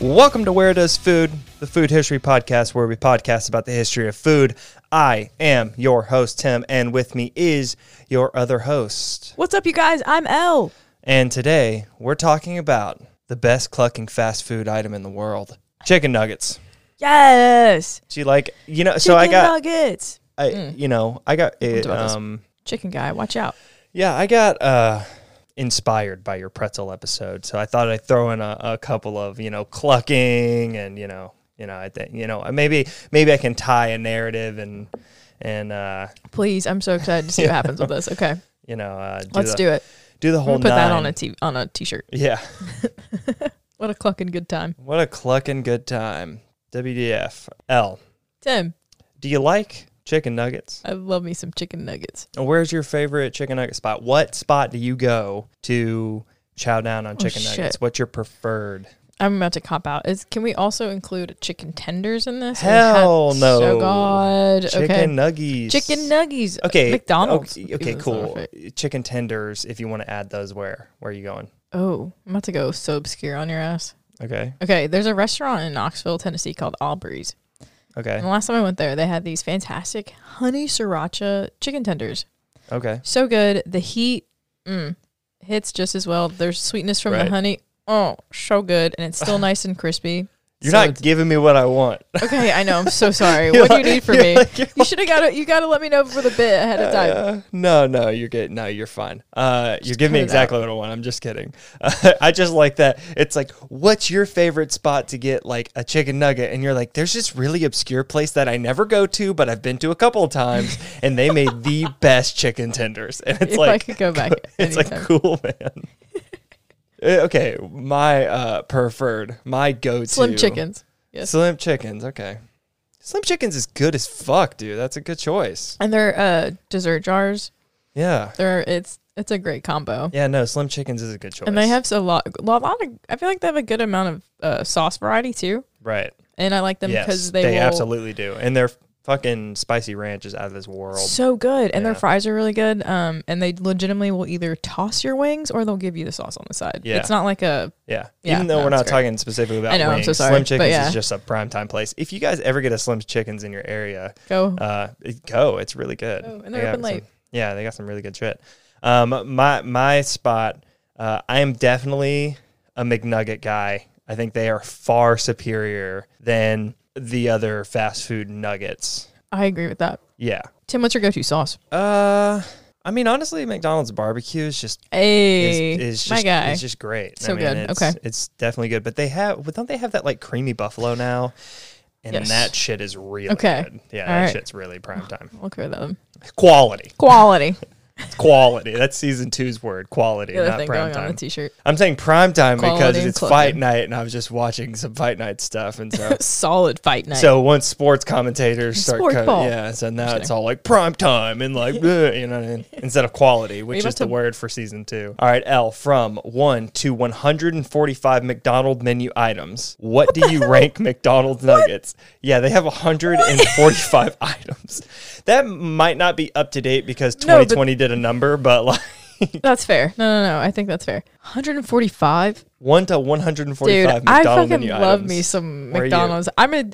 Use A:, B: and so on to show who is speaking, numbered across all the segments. A: Welcome to Where Does Food, the food history podcast where we podcast about the history of food. I am your host, Tim, and with me is your other host.
B: What's up, you guys? I'm Elle.
A: And today we're talking about the best clucking fast food item in the world chicken nuggets.
B: Yes.
A: Do you like, you know,
B: Chicken
A: so I got,
B: nuggets.
A: I, you know, I got it.
B: about this.
A: Um,
B: Chicken guy, watch out.
A: yeah, I got uh, inspired by your pretzel episode. So I thought I'd throw in a, a couple of, you know, clucking and, you know, you know, I think, you know, uh, maybe, maybe I can tie a narrative and, and, uh,
B: Please, I'm so excited to see what happens with this. Okay.
A: you know, uh, do
B: Let's
A: the,
B: do it.
A: do the
B: We'll
A: whole
B: put that on
A: nine.
B: a t- on a t-shirt.
A: Yeah.
B: What a clucking good time.
A: What a clucking good time. WDF. L.
B: Tim,
A: Do you like chicken nuggets?
B: I love me some chicken nuggets.
A: And Where's your favorite chicken nugget spot? What spot do you go to chow down on chicken
B: Oh, shit.
A: nuggets? What's your preferred?
B: I'm about to cop out. Is can we also include chicken tenders in this?
A: Hell
B: Oh
A: no.
B: So god.
A: Chicken
B: okay.
A: nuggies.
B: Chicken nuggies.
A: Okay.
B: McDonald's.
A: Okay, okay,
B: Ooh, that's not
A: cool.
B: right.
A: Chicken tenders. If you want to add those, where where are you going?
B: Oh, I'm about to go so obscure on your ass.
A: Okay.
B: Okay, there's a restaurant in Knoxville, Tennessee called Aubrey's. And
A: Okay.
B: the last time I went there, they had these fantastic honey sriracha chicken tenders.
A: Okay.
B: So good. The heat mm, hits just as well. There's sweetness from
A: Right.
B: the honey. Oh, so good. And it's still nice and crispy.
A: You're
B: So
A: not giving me what I want.
B: it's- okay, I know. I'm so sorry.
A: You're
B: what do you
A: like-
B: need from
A: you're
B: me?
A: like- you're
B: you should have got to You got to let me know for the bit ahead of time.
A: Uh, no, no, you're good. No, you're fine. Uh, you're giving me
B: cut it out.
A: exactly what I want. I'm just kidding. I just like that. It's like, what's your favorite spot to get like a chicken nugget? And you're like, there's this really obscure place that I never go to, but I've been to a couple of times, and they made the best chicken tenders. And it's
B: if I
A: like,
B: could go back,
A: it's like
B: anytime.
A: cool, man. Eh, okay, my uh, preferred, my go-to
B: slim chickens. Yes.
A: Slim chickens. Okay, slim chickens is good as fuck, dude. That's a good choice.
B: and they're uh, dessert jars.
A: Yeah.
B: They're it's it's a great combo.
A: Yeah, no, Slim Chickens is a good choice.
B: And they have a lot, lot, lot of. I feel like they have a good amount of uh, sauce variety too.
A: right.
B: and I like them
A: Yes,
B: because they, will,
A: absolutely do, and their fucking spicy ranch is out of this world.
B: so good, and their
A: Yeah.
B: fries are really good. Um, and they legitimately will either toss your wings or they'll give you the sauce on the side.
A: Yeah.
B: it's not like a
A: Yeah.
B: Yeah,
A: even though
B: no,
A: we're not
B: it's great.
A: talking specifically about
B: I know, I'm
A: wings,
B: so sorry,
A: Slim
B: but
A: Chickens
B: yeah.
A: is just a prime time place. If you guys ever get a Slim Chickens in your area,
B: go.
A: uh, it- go. It's really good.
B: Go, Oh, and they're
A: They
B: open
A: got some-
B: late.
A: yeah, they got some really good shit. Um, my my spot. Uh, I am definitely a McNugget guy. I think they are far superior than the other fast food nuggets.
B: I agree with that.
A: Yeah.
B: Tim, what's your go-to sauce?
A: Uh, I mean, honestly, McDonald's barbecue is just
B: Hey,
A: is, is just
B: my guy.
A: It's just great.
B: So
A: I mean,
B: good.
A: It's,
B: Okay.
A: it's definitely good. But they have, but don't they have that like creamy buffalo now? And
B: Yes.
A: that shit is really
B: Okay.
A: good. Yeah,
B: All
A: that
B: right.
A: shit's really prime time.
B: Look at them.
A: Quality,
B: Quality.
A: It's quality. That's season two's word. Quality,
B: The other
A: not
B: thing
A: prime
B: going
A: time.
B: on the t-shirt.
A: I'm saying prime time because
B: Quality and
A: it's
B: clucking.
A: fight night, and I was just watching some fight night stuff, and so.
B: Solid fight night.
A: So once sports commentators start,
B: Sport
A: co-
B: ball.
A: yeah, so now it's all like prime time and like, bleh, you know, what I mean? instead of quality, which
B: about
A: is the
B: to-
A: word for season two. All right, L from one to 145 McDonald menu items. What, do you rank McDonald's nuggets? Yeah, they have 145 items. That might not be up to date because
B: No, but-
A: 2020 did a number, but like
B: that's fair. No, no, no. I think that's fair. 145.
A: one to 145
B: Dude,
A: McDonald
B: I fucking
A: menu
B: love
A: items.
B: me some
A: Where are you?
B: McDonald's. I'm a.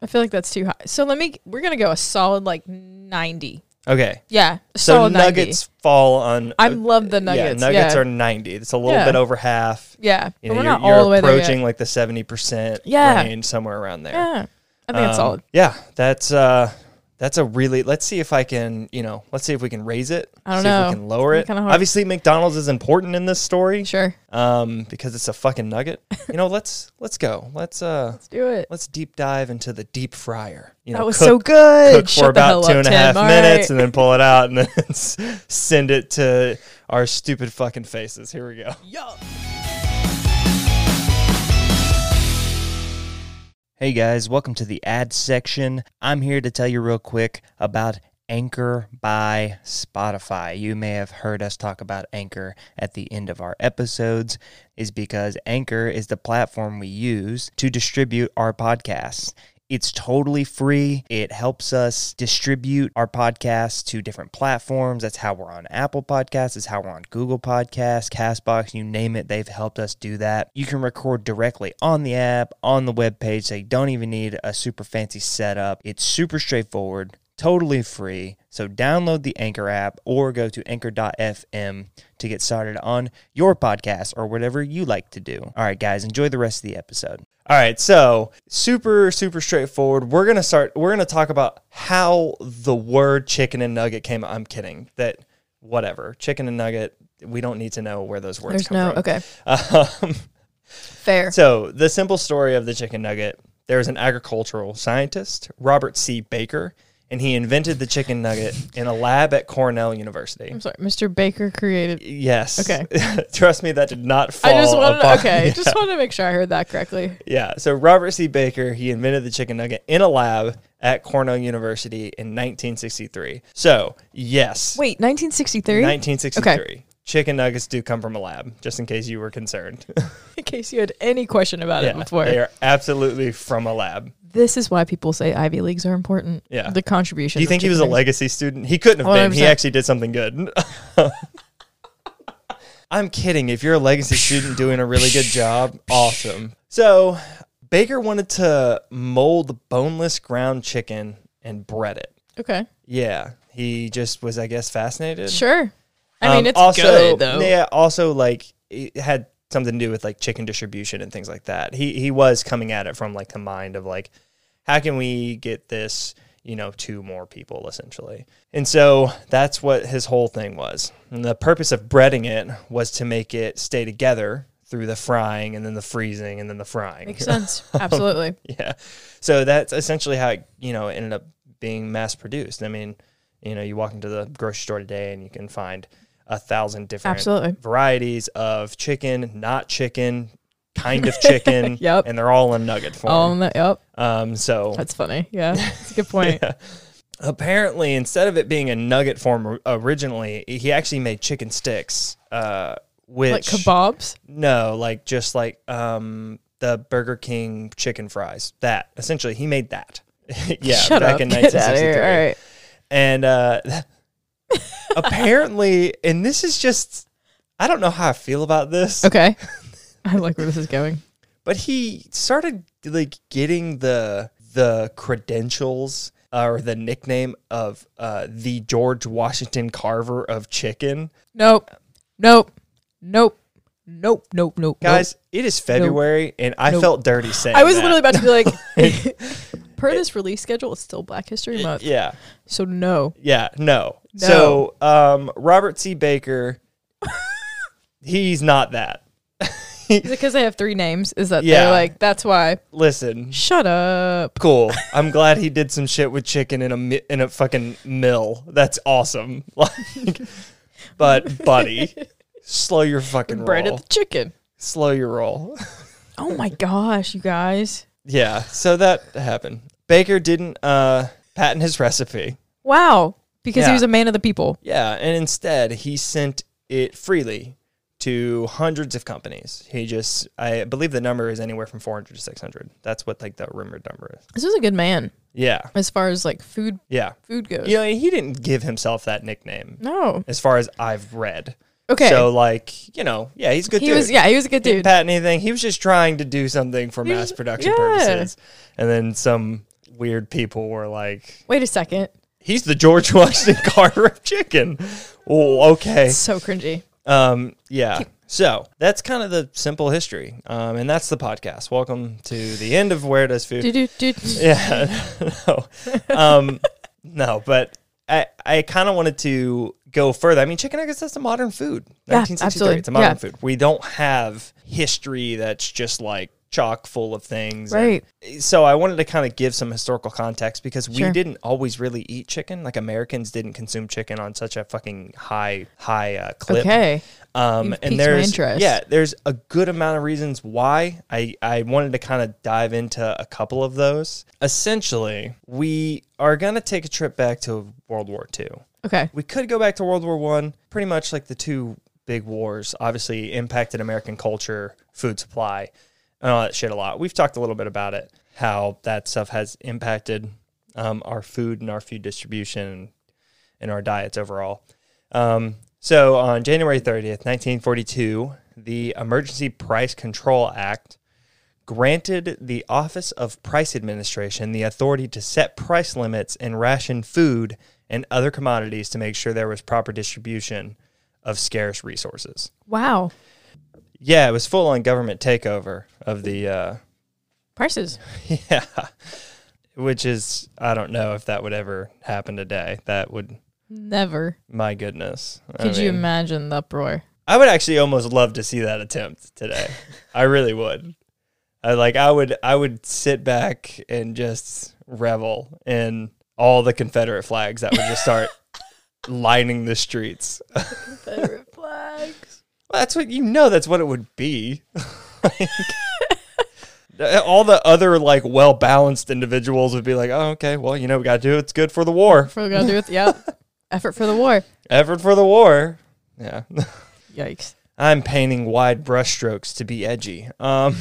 B: I feel like that's too high. So let me. We're gonna go a solid like ninety.
A: Okay.
B: Yeah, a
A: So
B: solid
A: nuggets fall on
B: ninety. I love the Uh, nuggets.
A: Uh, Yeah, nuggets
B: yeah.
A: are ninety. It's a little
B: Yeah.
A: bit over half.
B: Yeah,
A: You
B: but
A: know,
B: we're
A: you're,
B: not
A: you're
B: all the way there
A: approaching
B: yet.
A: like the seventy percent
B: Yeah.
A: range, somewhere around there.
B: Yeah, I think it's
A: Um,
B: solid.
A: Yeah, that's uh, that's a really. Let's see if I can, you know, let's see if we can raise it.
B: I don't
A: see
B: know.
A: If we can lower
B: It's
A: it.
B: kinda hard.
A: Obviously, McDonald's is important in this story,
B: Sure,
A: um, because it's a fucking nugget. you know, let's let's go. Let's uh,
B: let's do it.
A: let's deep dive into the deep fryer. You know,
B: that was
A: cook
B: so good.
A: cook
B: Shut
A: for
B: the
A: about
B: hell
A: two
B: up,
A: and a
B: Tim.
A: half
B: All
A: minutes
B: right.
A: and then pull it out and then s- send it to our stupid fucking faces. Here we go.
C: Hey guys, welcome to the ad section. I'm here to tell you real quick about Anchor by Spotify. You may have heard us talk about Anchor at the end of our episodes, is because Anchor is the platform we use to distribute our podcasts. It's totally free. It helps us distribute our podcast to different platforms. That's how we're on Apple Podcasts, it's how we're on Google Podcasts, Castbox, you name it. They've helped us do that. You can record directly on the app, on the webpage, so you don't even need a super fancy setup. It's super straightforward totally free. So download the Anchor app or go to anchor.fm to get started on your podcast or whatever you like to do. All right, guys, enjoy the rest of the episode.
A: All right, so super super straightforward. We're gonna start. We're gonna talk about how the word chicken and nugget came. I'm kidding. That whatever chicken and nugget. We don't need to know where those words
B: There's
A: come
B: no
A: from.
B: okay.
A: Um,
B: Fair.
A: so the simple story of the chicken nugget. There was an agricultural scientist, Robert C. Baker, and he invented the chicken nugget in a lab at Cornell University.
B: I'm sorry, Mr. Baker created.
A: Yes.
B: Okay.
A: Trust me, that did not fall.
B: I just wanted
A: upon-
B: okay.
A: Yeah.
B: Just wanted to make sure I heard that correctly.
A: Yeah. So Robert C. Baker, he invented the chicken nugget in a lab at Cornell University in 1963. So, yes.
B: Wait, 1963.
A: 1963. Chicken nuggets do come from a lab, just in case you were concerned.
B: In case you had any question about it
A: yeah,
B: before,
A: they are absolutely from a lab.
B: this is why people say Ivy leagues are important.
A: Yeah.
B: the contribution.
A: Do you
B: of
A: think he was a
B: chicken
A: legacy student? He couldn't have been. He
B: 100%.
A: actually did something good. I'm kidding. If you're a legacy student doing a really good job, awesome. So, Baker wanted to mold boneless ground chicken and bread it.
B: nuggets? Okay,
A: Yeah. He just was, I guess, fascinated.
B: sure. I
A: Um,
B: mean, it's good though.
A: Yeah. Also, like, it had something to do with like chicken distribution and things like that. He he was coming at it from like the mind of like, how can we get this, you know, to more people essentially. And so that's what his whole thing was. And the purpose of breading it was to make it stay together through the frying and then the freezing and then the frying.
B: Makes sense.
A: Oh,
B: Absolutely.
A: Yeah. So that's essentially how it, you know, ended up being mass produced. I mean, you know, you walk into the grocery store today and you can find a thousand different
B: Absolutely.
A: varieties of chicken, not chicken, kind of chicken.
B: Yep.
A: And they're all in nugget form.
B: Um. that- Yep.
A: um so
B: That's funny. Yeah. That's a good point.
A: apparently instead of it being a nugget form or- originally, he actually made chicken sticks. Uh which
B: Like kebabs.
A: No, like just like um the Burger King chicken fries. That essentially he made that. yeah,
B: Shut
A: back
B: up.
A: in
B: Get out of
A: 1963.
B: here. All right.
A: And uh apparently and this is just I don't know how I feel about this,
B: Okay. I like where this is going.
A: but he started like getting the the credentials uh, or the nickname of uh, the George Washington Carver of chicken.
B: Nope. Nope. Nope. Nope. Nope. Nope.
A: Guys, it is February and I
B: Nope.
A: felt dirty saying
B: I was
A: that.
B: literally about to be like, per this release schedule, it's still Black History Month.
A: Yeah.
B: So no.
A: Yeah, no. So, um, Robert C. Baker, he's not that.
B: Is it because they have three names? Is that
A: Yeah.
B: they're like, that's why.
A: Listen,
B: Shut up.
A: cool. I'm glad he did some shit with chicken in a mi- in a fucking mill. That's awesome. Like, but buddy, slow your fucking
B: Breaded
A: roll.
B: the chicken.
A: slow your roll.
B: Oh my gosh, you guys.
A: yeah. So that happened. Baker didn't uh, patent his recipe.
B: Wow. Because
A: Yeah.
B: he was a man of the people.
A: Yeah, and instead he sent it freely to hundreds of companies. He just I believe the number is anywhere from 400 to 600. That's what like the rumored number is.
B: This was a good man
A: Yeah.
B: as far as like food
A: Yeah.
B: food goes.
A: You know, he didn't give himself that nickname
B: No.
A: as far as I've read.
B: Okay.
A: So like, you know, yeah, he's a good
B: he
A: dude.
B: was yeah, he was a good
A: He didn't
B: dude.
A: patent anything. He was just trying to do something for mass production
B: yeah.
A: purposes. And then some weird people were like,
B: Wait a second.
A: he's the George Washington Carver of chicken. Oh, okay.
B: So cringy.
A: Um, yeah. So that's kind of the simple history. Um, and that's the podcast. Welcome to the end of Where Does Food?
B: Do, do, do.
A: yeah. no. Um, no, but I, I kind of wanted to go further. I mean, chicken nuggets, that's a modern food.
B: Yeah,
A: 1963.
B: absolutely.
A: It's a modern
B: Yeah.
A: food. We don't have history that's just like chock full of things. and-
B: Right.
A: so I wanted to kind of give some historical context because we
B: Sure.
A: didn't always really eat chicken. Like Americans didn't consume chicken on such a fucking high high uh, clip.
B: Okay.
A: Um,
B: You've piqued
A: and
B: my
A: there's
B: interest.
A: yeah, there's a good amount of reasons why. I I wanted to kind of dive into a couple of those. Essentially, we are gonna take a trip back to World War II.
B: Okay.
A: We could go back to World War One. Pretty much like the two big wars, obviously impacted American culture, food supply, and all that shit a lot. We've talked a little bit about it. how that stuff has impacted um, our food and our food distribution and our diets overall. Um, so on January 30th, 1942, the Emergency Price Control Act granted the Office of Price Administration the authority to set price limits and ration food and other commodities to make sure there was proper distribution of scarce resources.
B: Wow.
A: Yeah, it was full on government takeover of the uh,
B: Prices.
A: yeah. Which is I don't know if that would ever happen today. That would
B: Never.
A: my goodness. I
B: Could you
A: mean,
B: imagine the uproar?
A: I would actually almost love to see that attempt today. I really would. I like I would I would sit back and just revel in all the Confederate flags that would just start lining the streets. Well,
B: Favorite flags.
A: that's what you know that's what it would be. Like, all the other like well balanced individuals would be like, Oh, okay, well, you know, we gotta do it's good for the war.
B: For going through it. Yep. Effort for the war.
A: Effort for the war. Yeah.
B: Yikes.
A: I'm painting wide brushstrokes to be edgy. Um,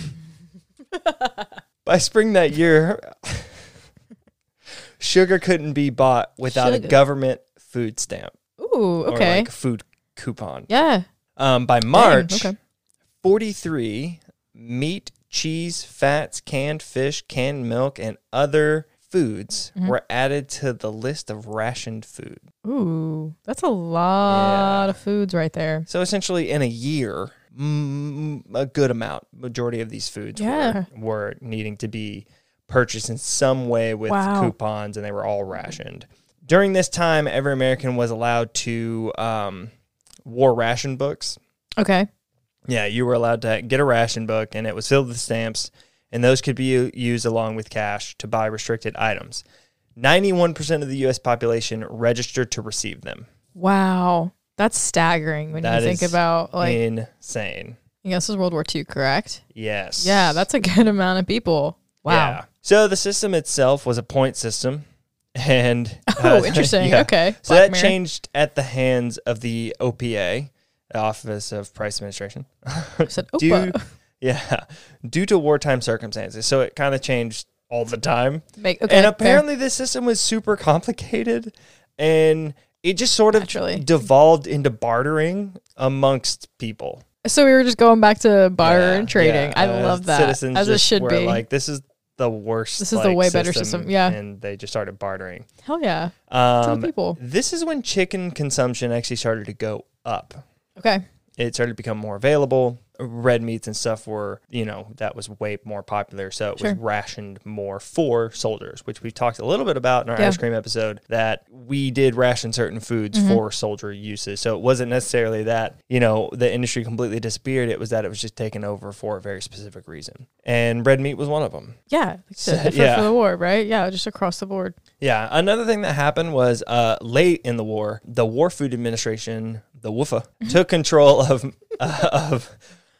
A: by spring that year, sugar couldn't be bought without a
B: Sugar.
A: government food stamp
B: Ooh.
A: or
B: Okay.
A: like food coupon.
B: yeah.
A: Um, by March,
B: okay.
A: 43 meat, cheese, fats, canned fish, canned milk, and other foods
B: Mm-hmm.
A: were added to the list of rationed food.
B: Ooh. That's a lot
A: Yeah.
B: of foods right there.
A: So essentially, in a year, mm, a good amount, majority of these foods
B: Yeah.
A: were, were needing to be purchased in some way with
B: Wow.
A: coupons, and they were all rationed. During this time, every American was allowed to um, war ration books.
B: Okay.
A: Yeah, you were allowed to get a ration book, and it was filled with stamps, and those could be u- used along with cash to buy restricted items. 91% of the U.S. population registered to receive them.
B: Wow. That's staggering when
A: That
B: you think
A: is
B: about like
A: Insane.
B: I guess this is World War II, correct?
A: Yes.
B: Yeah, that's a good amount of people. Wow.
A: Yeah. So the system itself was a point system, and uh,
B: Oh, interesting.
A: yeah.
B: Okay.
A: So
B: Black
A: that
B: Mirror.
A: changed at the hands of the OPA, Office of Price Administration.
B: Said
A: Due-
B: Opa.
A: yeah, due to wartime circumstances. So it kind of changed all the time,
B: Make, okay,
A: and
B: fair.
A: apparently this system was super complicated, and it just sort of
B: Naturally.
A: devolved into bartering amongst people.
B: So we were just going back to barter
A: Yeah,
B: and trading.
A: yeah.
B: I
A: Uh,
B: love that.
A: Citizens
B: as it
A: just
B: should
A: were
B: be.
A: Like this is the worst.
B: This is the
A: like,
B: way better system, yeah.
A: and they just started bartering.
B: Hell yeah. To
A: Um,
B: the people.
A: this is when chicken consumption actually started to go up.
B: Okay.
A: It started to become more available. Red meats and stuff were, you know, that was way more popular. So it
B: Sure.
A: was rationed more for soldiers, which we talked a little bit about in our
B: Yeah. Mm-hmm.
A: ice cream episode that we did ration certain foods for soldier uses. So it wasn't necessarily that, you know, the industry completely disappeared. It was that it was just taken over for a very specific reason. And red meat was one of them.
B: Yeah. Like the
A: So-
B: effort
A: yeah.
B: for the war, right? Yeah, just across the board.
A: Yeah. Another thing that happened was uh, late in the war, the War Food Administration, the WFA,
B: Mm-hmm.
A: took control of of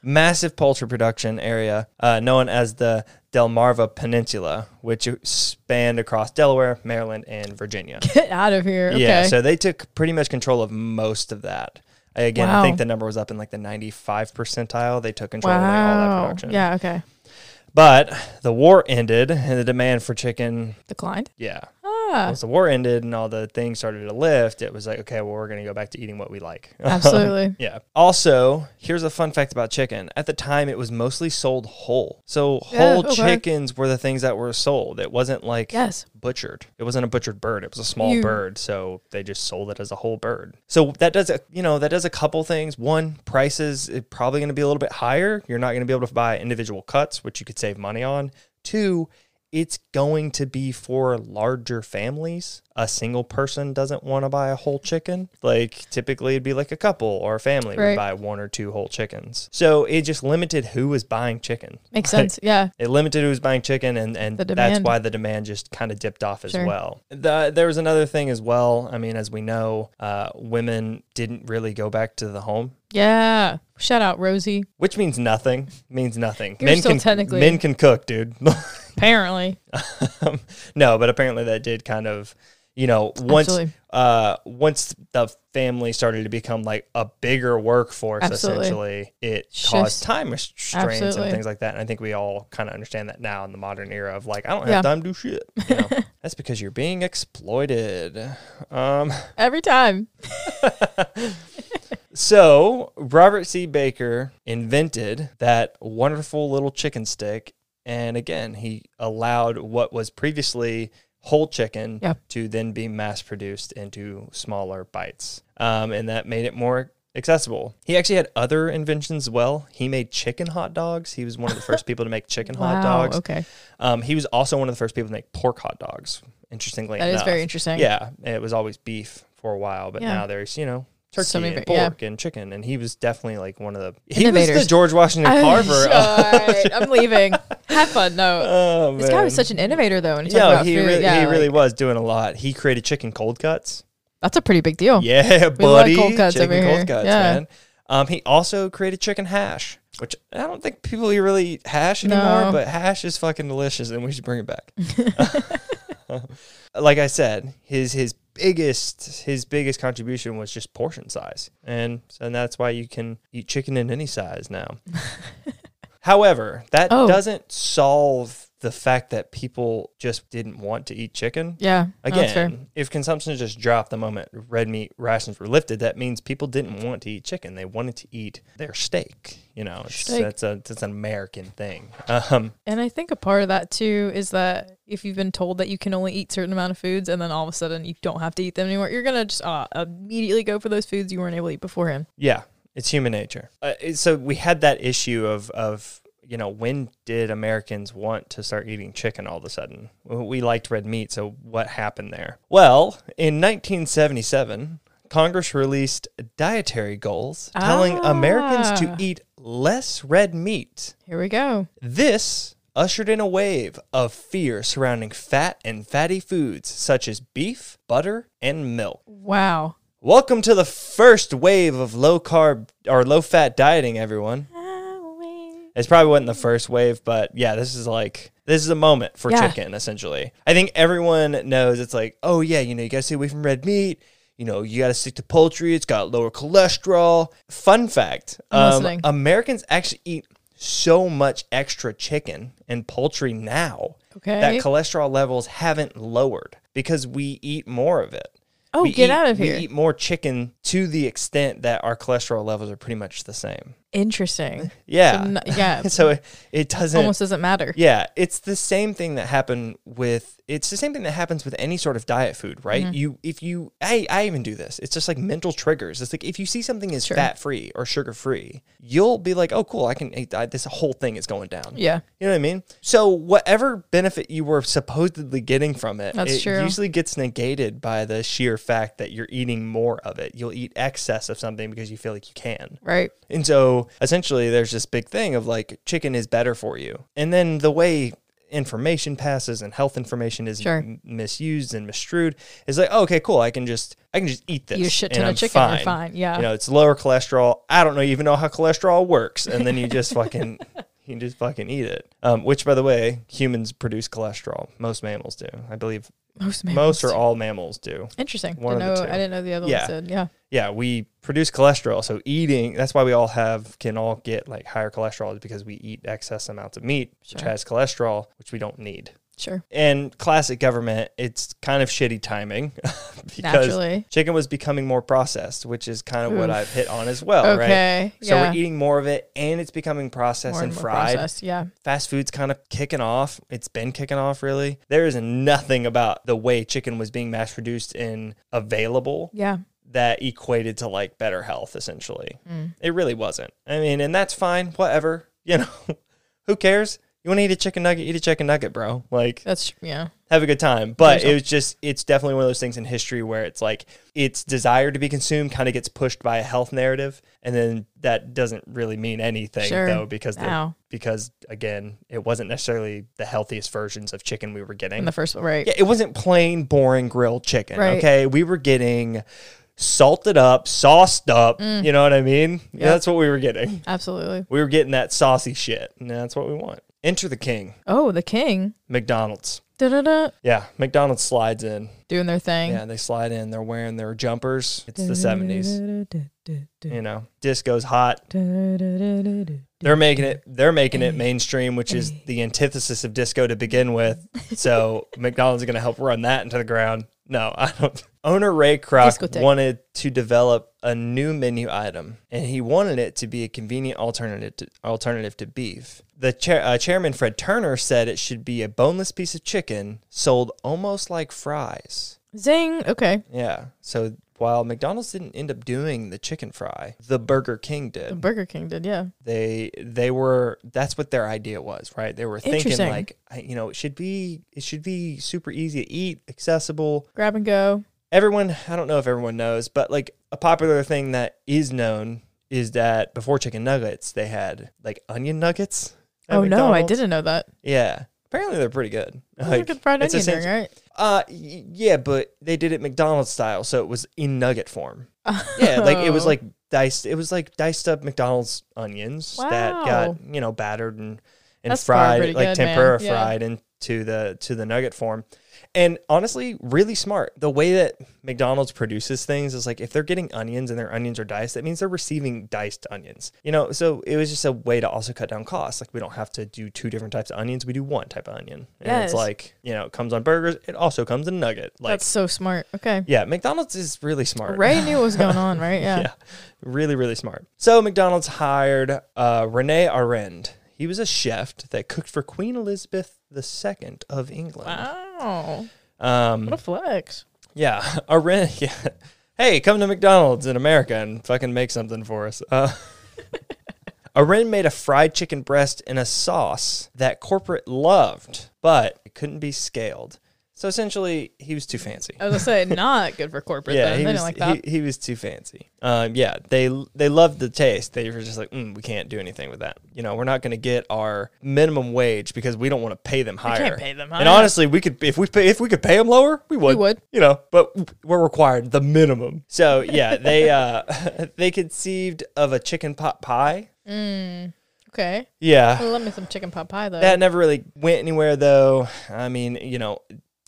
A: massive poultry production area uh, known as the Delmarva Peninsula, which spanned across Delaware, Maryland, and Virginia.
B: Get out of here. Okay.
A: Yeah. So they took pretty much control of most of that. Again, I
B: Wow.
A: think the number was up in like the 95 percentile. They took control of like, all that
B: wow.
A: production.
B: Yeah, okay.
A: But the war ended and the demand for chicken,
B: Declined.
A: yeah,
B: Ah.
A: once the war ended and all the things started to lift, it was like, okay, well, we're going to go back to eating what we like.
B: Absolutely.
A: yeah. Also, here's a fun fact about chicken. At the time, it was mostly sold whole. So,
B: Yeah,
A: whole
B: okay.
A: chickens were the things that were sold. It wasn't like
B: Yes.
A: butchered. It wasn't a butchered bird. It was a small
B: You-
A: bird. So, they just sold it as a whole bird. So, that does, a, you know, that does a couple things. One, prices is probably going to be a little bit higher. You're not going to be able to buy individual cuts, which you could save money on. Two, it's going to be for larger families. A single person doesn't want to buy a whole chicken. Like typically it'd be like a couple or a family would
B: Right.
A: buy one or two whole chickens. So it just limited who was buying chicken.
B: Makes sense. Yeah.
A: It limited who was buying chicken and, and
B: The
A: that's
B: demand.
A: why the demand just kind of dipped off as
B: Sure.
A: well. The, there was another thing as well. I mean, as we know, uh, women didn't really go back to the home
B: Yeah. Shout out Rosie.
A: which means nothing. Means nothing.
B: You're still
A: can
B: technically-
A: men can cook, dude.
B: Apparently.
A: no, but apparently that did kind of you know, once
B: Absolutely.
A: uh, once the family started to become like a bigger workforce,
B: Absolutely.
A: essentially, it
B: Shifts.
A: caused time restraints
B: Absolutely.
A: and things like that. And I think we all kind of understand that now in the modern era of like, I don't have
B: Yeah.
A: time to do shit. You know? That's because you're being exploited. Um,
B: Every time.
A: so Robert C. Baker invented that wonderful little chicken stick, and again, he allowed what was previously whole chicken
B: Yeah.
A: to then be mass produced into smaller bites, um, and that made it more accessible. He actually had other inventions as well. He made chicken hot dogs. He was one of the first people to make chicken hot dogs.
B: Okay.
A: Um, he was also one of the first people to make pork hot dogs. Interestingly,
B: that is
A: enough.
B: very interesting.
A: Yeah, it was always beef for a while, but
B: Yeah.
A: now there's you know turkey
B: So many
A: and
B: va- yeah.
A: pork and chicken, and he was definitely like one of the he was
B: Innovators.
A: the George Washington
B: I'm
A: Carver. of-
B: sorry. I'm leaving. Have fun. No.
A: oh,
B: This guy
A: man.
B: was such an innovator, though. When you talk
A: No,
B: about
A: he
B: food.
A: really,
B: yeah,
A: he really
B: like,
A: was doing a lot. He created chicken cold cuts.
B: that's a pretty big deal.
A: Yeah,
B: love
A: buddy,
B: cold cuts
A: chicken
B: over
A: cold
B: here.
A: cuts,
B: Yeah.
A: man. Um, he also created chicken hash, which I don't think people really eat hash anymore,
B: No.
A: but hash is fucking delicious, and we should bring it back. like I said, his his biggest his biggest contribution was just portion size, and so that's why you can eat chicken in any size now. However, that
B: Oh.
A: doesn't solve the fact that people just didn't want to eat chicken.
B: Yeah. no, Oh, that's fair.
A: Again, if consumption just dropped the moment red meat rations were lifted, that means people didn't want to eat chicken. They wanted to eat their steak. You know, it's,
B: Steak.
A: that's a that's an American thing. Um,
B: And I think a part of that too is that if you've been told that you can only eat certain amount of foods and then all of a sudden you don't have to eat them anymore, you're going to just uh, immediately go for those foods you weren't able to eat beforehand.
A: yeah, it's human nature. Uh, it- so we had that issue of of you know when did Americans want to start eating chicken all of a sudden? Well, We liked red meat, so what happened there? Well, in 1977. Congress released dietary goals telling Americans to
B: Ah.
A: eat less red meat.
B: Here we go.
A: This ushered in a wave of fear surrounding fat and fatty foods such as beef, butter, and milk.
B: Wow.
A: Welcome to the first wave of low carb or low fat dieting, everyone. It's probably wasn't the first wave, but yeah, this is like this is a moment for
B: Yeah.
A: chicken essentially. I think everyone knows it's like, oh yeah, you know, you got to stay away from red meat. You know, you got to stick to poultry. It's got lower cholesterol. Fun fact: um,
B: I'm listening.
A: Americans actually eat so much extra chicken and poultry now
B: Okay.
A: that cholesterol levels haven't lowered because we eat more of it.
B: Oh,
A: We
B: get
A: eat-
B: out of
A: we
B: here.
A: eat more chicken to the extent that our cholesterol levels are pretty much the same.
B: Interesting.
A: Yeah.
B: So n- yeah.
A: so it, it doesn't
B: Almost doesn't matter.
A: yeah, it's the same thing that happened with it's the same thing that happens with any sort of diet food, right?
B: Mm-hmm.
A: You if you I I even do this. It's just like mental triggers. It's like if you see something is
B: Sure.
A: fat free or sugar free, you'll be like, "Oh cool, I can eat that. This whole thing is going down."
B: Yeah.
A: You know what I mean? So whatever benefit you were supposedly getting from it,
B: That's
A: it
B: true.
A: usually gets negated by the sheer fact that you're eating more of it. You'll eat excess of something because you feel like you can.
B: Right.
A: And so essentially, there's this big thing of like chicken is better for you. And then the way information passes and health information is
B: Sure.
A: m- misused and misstrued is like, oh, okay, cool. I can just I can just eat this.
B: Eat a shit
A: and
B: ton of
A: I'm
B: chicken, you're fine. Yeah.
A: You know, it's lower cholesterol. I don't know even know how cholesterol works. And then you just fucking you just fucking eat it. Um, which by the way, humans produce cholesterol. Most mammals do. I believe
B: Most
A: most
B: mammals.
A: or all mammals do.
B: Interesting.
A: one
B: Didn't
A: of
B: know,
A: the
B: I
A: two.
B: didn't know the other
A: Yeah.
B: one said. Yeah.
A: yeah, we produce cholesterol. So eating, that's why we all have, can all get like higher cholesterol is because we eat excess amounts of meat, which
B: Sure.
A: has cholesterol, which we don't need.
B: Sure.
A: And classic government, it's kind of shitty timing because
B: Naturally.
A: chicken was becoming more processed, which is kind of what
B: Oof.
A: I've hit on as well, right?
B: okay.
A: So
B: yeah.
A: we're eating more of it and it's becoming processed
B: More
A: and,
B: more
A: fried
B: processed, Yeah.
A: fast food's kind of kicking off. It's been kicking off really. There is nothing about the way chicken was being mass produced and available
B: Yeah.
A: that equated to like better health essentially.
B: Mm.
A: It really wasn't. I mean, and that's fine, whatever. You know, who cares? You want to eat a chicken nugget, eat a chicken nugget, bro. Like
B: That's, yeah.
A: have a good time. But
B: Yourself.
A: it was just it's definitely one of those things in history where it's like its desire to be consumed kind of gets pushed by a health narrative and then that doesn't really mean anything
B: Sure.
A: though because the-
B: Wow.
A: because again, it wasn't necessarily the healthiest versions of chicken we were getting.
B: In the first one. Right.
A: Yeah, it wasn't plain, boring grilled chicken.
B: Right.
A: Okay. We were getting salted up, sauced up. You know what I mean? Yeah,
B: Mm. Yep.
A: that's what we were getting.
B: Absolutely.
A: We were getting that saucy shit, and that's what we want. Enter the king,
B: Oh, the king.
A: McDonald's.
B: Da-da-da.
A: Yeah, McDonald's slides in.
B: Doing their thing.
A: Yeah, they slide in. They're wearing their jumpers. It's the 70s. You know, disco's hot. They're making it they're making it mainstream, which is the antithesis of disco to begin with. So McDonald's is gonna help run that into the ground. No, I don't owner Ray Kroc
B: Discotheque.
A: wanted to develop a new menu item and he wanted it to be a convenient alternative to, alternative to beef. The chair, uh, chairman Fred Turner said it should be a boneless piece of chicken sold almost like fries.
B: Zing. Okay.
A: Yeah. So while McDonald's didn't end up doing the chicken fry, the Burger King did.
B: Burger King did, yeah.
A: They they were that's what their idea was, right? They were thinking
B: Interesting.
A: like, I- you know, it should be it should be super easy to eat, accessible.
B: Grab and go.
A: Everyone, I don't know if everyone knows, but like a popular thing that is known is that before chicken nuggets, they had like onion nuggets. at
B: oh no, I
A: McDonald's.
B: didn't know that.
A: Yeah. Apparently they're pretty good.
B: That's
A: Like,
B: a good fried
A: it's the
B: onion
A: same-
B: ring, right?
A: uh, y- yeah, but they did it McDonald's style, so it was in nugget form. Yeah, like it was
B: Oh.
A: like diced. It was like diced up McDonald's onions that
B: Wow.
A: got you know battered and and
B: That's probably
A: fried,
B: pretty
A: like
B: good, man.
A: tempura
B: Yeah.
A: fried into the to the nugget form. And honestly, really smart. The way that McDonald's produces things is like if they're getting onions and their onions are diced, that means they're receiving diced onions. You know, so it was just a way to also cut down costs. Like we don't have to do two different types of onions; we do one type of onion. And
B: Yes.
A: it's like you know, it comes on burgers. It also comes in nugget. Like
B: That's so smart. Okay.
A: yeah, McDonald's is really smart.
B: Ray knew what was going on, right? Yeah.
A: Yeah, really, really smart. So McDonald's hired uh, Rene Arend. He was a chef that cooked for Queen Elizabeth II of England.
B: Wow.
A: Um,
B: What a flex.
A: yeah, Arend. Yeah. Hey, come to McDonald's in America and fucking make something for us. Uh, Arend made a fried chicken breast in a sauce that corporate loved, but it couldn't be scaled. So essentially, he was too fancy.
B: As I say, not good for corporate then.
A: he was,
B: They didn't like that.
A: He, he was too fancy. Um, yeah, they they loved the taste. They were just like, mm, we can't do anything with that. You know, we're not going to get our minimum wage because we don't want to pay them higher.
B: can't pay them
A: And
B: higher.
A: honestly, we could if we pay, if we could pay them lower, we would.
B: We would.
A: You know, but we're required the minimum. So yeah, they uh, they conceived of a chicken pot pie.
B: okay.
A: Yeah,
B: Well, let me some chicken pot pie though.
A: that never really went anywhere though. I mean, you know,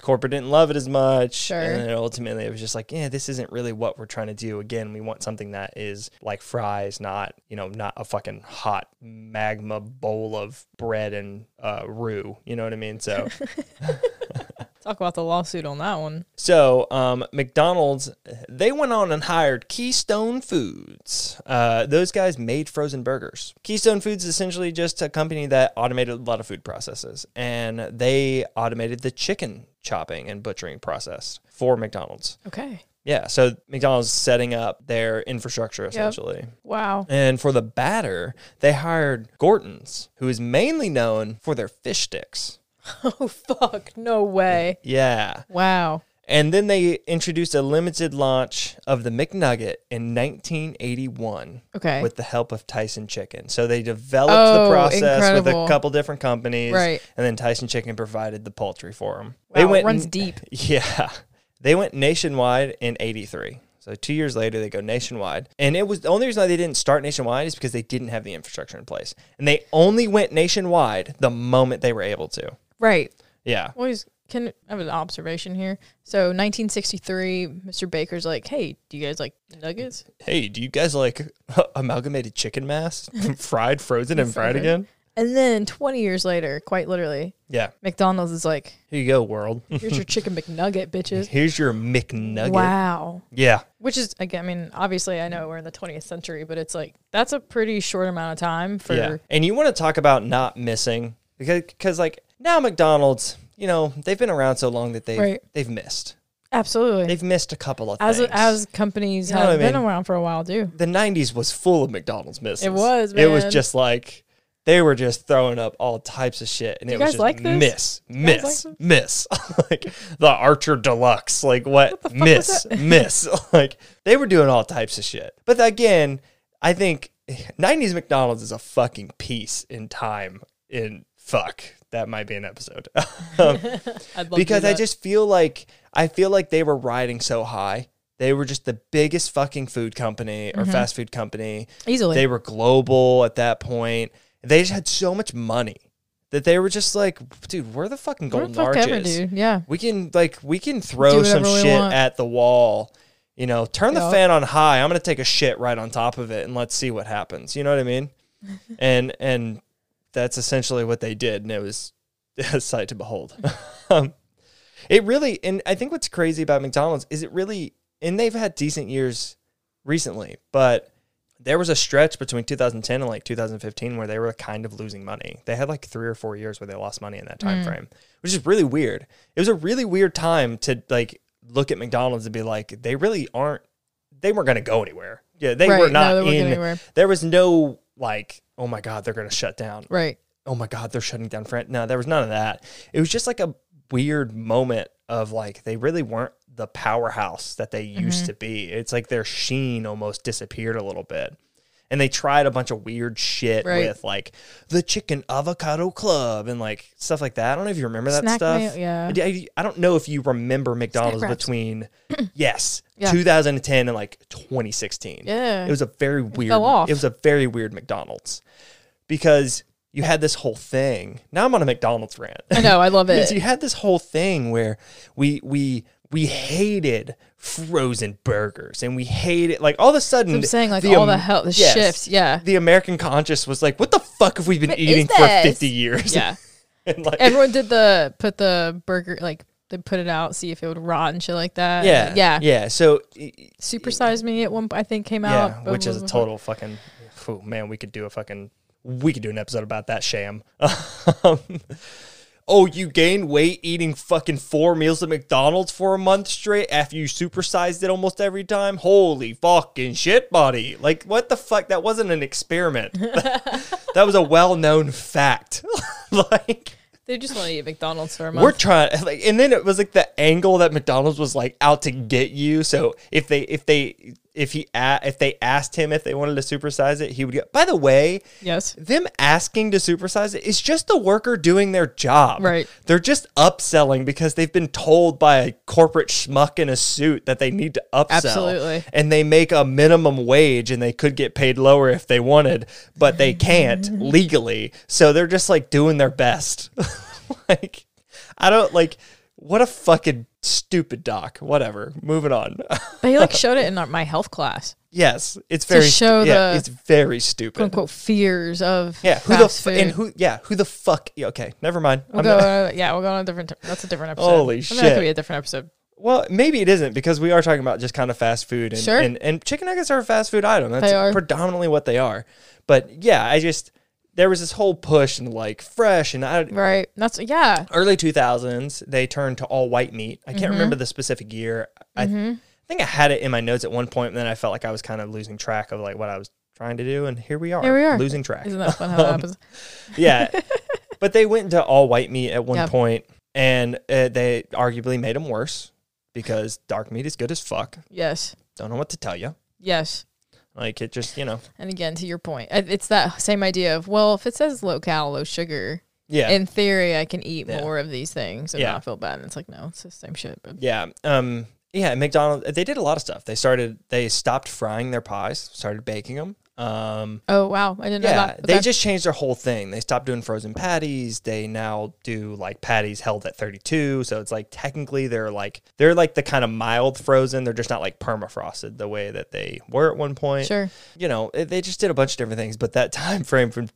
A: corporate didn't love it as much.
B: Sure.
A: And then ultimately it was just like, yeah, this isn't really what we're trying to do. Again, we want something that is like fries, not, you know, not a fucking hot magma bowl of bread and uh, roux. You know what I mean? So
B: Talk about the lawsuit on that one.
A: So, um, McDonald's, they went on and hired Keystone Foods. Uh, those guys made frozen burgers. Keystone Foods is essentially just a company that automated a lot of food processes, and they automated the chicken chopping and butchering process for McDonald's.
B: Okay.
A: Yeah, so McDonald's is setting up their infrastructure essentially.
B: Wow.
A: And for the batter, they hired Gorton's, who is mainly known for their fish sticks.
B: Oh fuck. No way.
A: Yeah.
B: Wow.
A: And then they introduced a limited launch of the McNugget in 1981
B: Okay.
A: with the help of Tyson Chicken. So they developed the
B: Oh,
A: process with a
B: incredible.
A: couple different companies.
B: Right.
A: And then Tyson Chicken provided the poultry for them.
B: wow. it runs deep.
A: Yeah. They went nationwide in 83. So two years later, they go nationwide. And it was the only reason why they didn't start nationwide is because they didn't have the infrastructure in place. And they only went nationwide the moment they were able to.
B: Right.
A: Yeah.
B: Always can I have an observation here. So 1963, Mr. Baker's like, "Hey, do you guys like nuggets?"
A: hey, do you guys like amalgamated chicken mass, fried, frozen, and fried
B: Frozen.
A: again?
B: And then 20 years later, quite literally,
A: Yeah.
B: McDonald's is like,
A: Here you go, world.
B: "Here's your chicken McNugget, bitches."
A: Here's your McNugget.
B: Wow.
A: Yeah.
B: Which is again, I mean, obviously I know we're in the 20th century, but it's like that's a pretty short amount of time for
A: Yeah. And you want to talk about not missing because, cause like now McDonald's, you know, they've been around so long that they've
B: Right.
A: they've missed.
B: Absolutely.
A: They've missed a couple of
B: as
A: things.
B: as companies
A: You know
B: have
A: what I
B: been
A: mean?
B: around for a while too.
A: the '90s was full of McDonald's misses.
B: It was,
A: It was
B: man.
A: just like they were just throwing up all types of shit, and it
B: You
A: was
B: guys
A: just
B: like this?
A: miss,
B: guys
A: miss,
B: like
A: miss, like the Archer Deluxe, like what,
B: fuck was
A: miss, miss, like they were doing all types of shit. But again, I think '90s McDonald's is a fucking piece in time. In fuck, that might be an episode.
B: I'd love
A: because I just feel like I feel like they were riding so high. They were just the biggest fucking food company or fast food company.
B: Mm-hmm. easily
A: They were global at that point. They just had so much money that they were just like, dude, we're the fucking
B: Where the
A: golden
B: fuck
A: arches.
B: ever, dude. Yeah.
A: We can like we can throw some
B: whatever we
A: shit
B: want.
A: at the wall. You know, turn the
B: Yeah.
A: fan on high. I'm gonna take a shit right on top of it and let's see what happens. You know what I mean? and and that's essentially what they did, and it was a sight to behold. um, it really, and I think what's crazy about McDonald's is it really, and they've had decent years recently, but there was a stretch between 2010 and like 2015 where they were kind of losing money. They had like three or four years where they lost money in that
B: Mm.
A: time frame, which is really weird. It was a really weird time to like look at McDonald's and be like, they really aren't. They weren't going to go anywhere. Yeah, they
B: Right,
A: were
B: no,
A: not
B: they weren't
A: in.
B: going anywhere.
A: There was no like, oh my god, they're going to shut down
B: Right.
A: oh my god they're shutting down france no there was none of that it was just like a weird moment of like they really weren't the powerhouse that they used
B: Mm-hmm.
A: to be it's like their sheen almost disappeared a little bit and they tried a bunch of weird shit
B: Right.
A: with like the chicken avocado club and like stuff like that i don't know if you remember that
B: Snack
A: stuff
B: mayo, yeah.
A: I- I, I don't know if you remember mcdonald's
B: wraps.
A: between yes
B: Yeah.
A: 2010 and like 2016
B: Yeah.
A: it was a very weird
B: fell off.
A: it was a very weird mcdonald's because you had this whole thing. Now I'm on a McDonald's rant.
B: I know. I love
A: Because you
B: it.
A: had this whole thing where we we we hated frozen burgers and we hated like all of a sudden
B: I'm saying like all the
A: Am-
B: hell, the
A: yes.
B: shifts. Yeah.
A: The American conscious was like, what the fuck have we been
B: What is
A: eating for
B: this?
A: 50 years?
B: Yeah.
A: and like,
B: Everyone did the put the burger like they put it out, see if it would rot and shit like that.
A: yeah,
B: Yeah.
A: yeah. So, y- y-
B: Supersize me at one. I think came
A: yeah,
B: out.
A: which is a
B: blah, blah,
A: total fucking. Oh man, we could do a fucking. We could do an episode about that sham. oh, you gained weight eating fucking four meals at McDonald's for a month straight after you supersized it almost every time. Holy fucking shit, buddy! Like what the fuck? That wasn't an experiment. that was a well-known fact. like.
B: blah. They just want to eat McDonald's for a month.
A: We're trying, like, and then it was like the angle that McDonald's was like out to get you. So if they, if they, if he, a- if they asked him if they wanted to supersize it, he would go. By the way,
B: yes.
A: them asking to supersize it is just the worker doing their job.
B: Right.
A: They're just upselling because they've been told by a corporate schmuck in a suit that they need to upsell.
B: Absolutely.
A: And they make a minimum wage and they could get paid lower if they wanted, but they can't legally. So they're just like doing their best. like, I don't like what a fucking stupid doc. Whatever. Moving on.
B: They like showed it in our, my health class.
A: yes. It's very stu-
B: show
A: yeah,
B: the-
A: it's very stupid.
B: "Quote unquote fears of
A: Yeah, who the
B: fast
A: f-
B: food.
A: and who? Yeah, who the fuck? yeah, okay, never mind.
B: We'll
A: I'm
B: go.
A: not-
B: on a- yeah, we'll go on a different. That's a different episode.
A: Holy
B: I mean, That
A: shit.
B: could be a different episode.
A: well, maybe it isn't because we are talking about just kind of fast food and
B: Sure.
A: and, and chicken nuggets are a fast food item. That's
B: They are.
A: predominantly what they are. But yeah, I just there was this whole push and like fresh and I,
B: Right. That's yeah.
A: early 2000s they turned to all white meat. I can't remember
B: Mm-hmm.
A: the specific year. I, I think I had it in my notes at one point, and then I felt like I was kind of losing track of like what I was trying to do, and here we are,
B: Here we are.
A: losing track.
B: Isn't that
A: Um,
B: fun how that happens?
A: yeah. But they went into all white meat at one
B: Yeah.
A: point, and uh, they arguably made them worse because dark meat is good as fuck.
B: Yes.
A: Don't know what to tell you.
B: Yes.
A: Like it just, you know,
B: And again, to your point, I- it's that same idea of well, if it says low cal, low sugar,
A: yeah,
B: in theory, I can eat
A: Yeah.
B: more of these things and
A: Yeah.
B: not feel bad. And it's like no, it's the same shit. But
A: yeah, um, yeah. McDonald's they did a lot of stuff. They started, they stopped frying their pies, started baking them. Um,
B: oh wow, I didn't know
A: yeah,
B: that.
A: they
B: Okay.
A: just changed their whole thing. They stopped doing frozen patties. They now do like patties held at 32. So it's like technically they're like they're like the kind of mild frozen. They're just not like permafrosted the way that they were at one point.
B: sure.
A: You know, it, they just did a bunch of different things. But that time frame from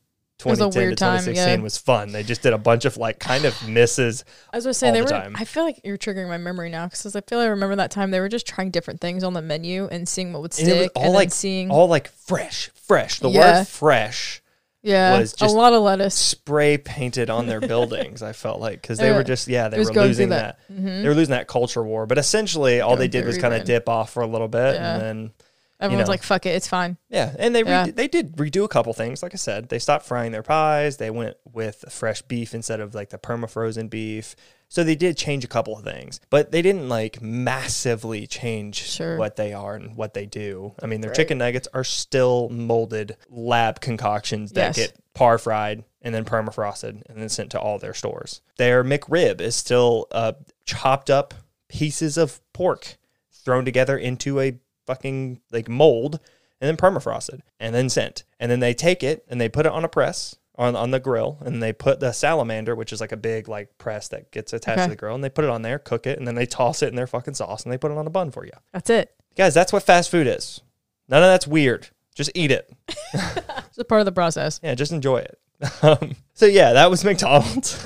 B: was a
A: 2010 to
B: weird time,
A: 2016
B: yeah.
A: was fun. They just did a bunch of like kind of misses.
B: I was gonna
A: all
B: say they
A: the
B: were.
A: time.
B: I feel like you're triggering my memory now because I feel I remember that time they were just trying different things on the menu and seeing what would
A: And it was
B: stick
A: all
B: and
A: like
B: then seeing
A: all like fresh, fresh. The
B: Yeah.
A: word fresh
B: yeah
A: was
B: a
A: just
B: lot of lettuce.
A: spray painted on their buildings. I felt like because they
B: Yeah.
A: were just yeah they
B: Uh, was
A: were
B: going through
A: losing that,
B: that. Mm-hmm.
A: they were losing that culture war. But essentially, all they
B: Going
A: did
B: through
A: was kind of
B: rebrand.
A: dip off for a little bit,
B: Yeah.
A: and then
B: Everyone's
A: know.
B: like, fuck it, it's fine.
A: yeah, and they re-
B: Yeah.
A: they did redo a couple things. Like I said, they stopped frying their pies. They went with fresh beef instead of like the perma frozen beef. So they did change a couple of things, but they didn't like massively change
B: Sure.
A: what they are and what they do. I mean, their chicken nuggets are still molded lab concoctions that
B: Yes.
A: get par fried and then permafrosted and then sent to all their stores. Their McRib is still uh, chopped up pieces of pork thrown together into a fucking like mold and then permafrosted and then sent. And then they take it and they put it on a press on, on the grill and they put the salamander, which is like a big like press that gets attached
B: Okay.
A: to the grill, and they put it on there, cook it, and then they toss it in their fucking sauce and they put it on a bun for you.
B: That's it.
A: Guys, that's what fast food is. None of that's weird. Just eat it.
B: It's a part of the process.
A: Yeah, just enjoy it. Um, so yeah, that was McDonald's.